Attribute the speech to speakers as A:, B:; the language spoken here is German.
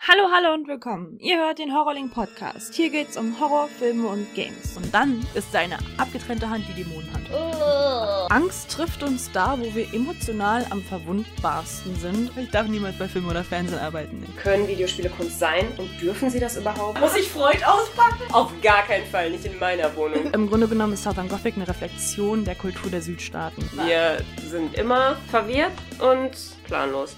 A: Hallo, hallo und willkommen. Ihr hört den Horrorling Podcast. Hier geht's um Horror, Filme und Games.
B: Und dann ist seine abgetrennte Hand die Dämonenhand. Angst trifft uns da, wo wir emotional am verwundbarsten sind. Ich darf niemals bei Film oder Fernsehen arbeiten. ne?
C: Können Videospiele Kunst sein und dürfen sie das überhaupt?
D: Muss ich Freud auspacken?
C: Auf gar keinen Fall, nicht in meiner Wohnung.
B: Im Grunde genommen ist Southern Gothic eine Reflexion der Kultur der Südstaaten.
C: Wir sind immer verwirrt und planlos.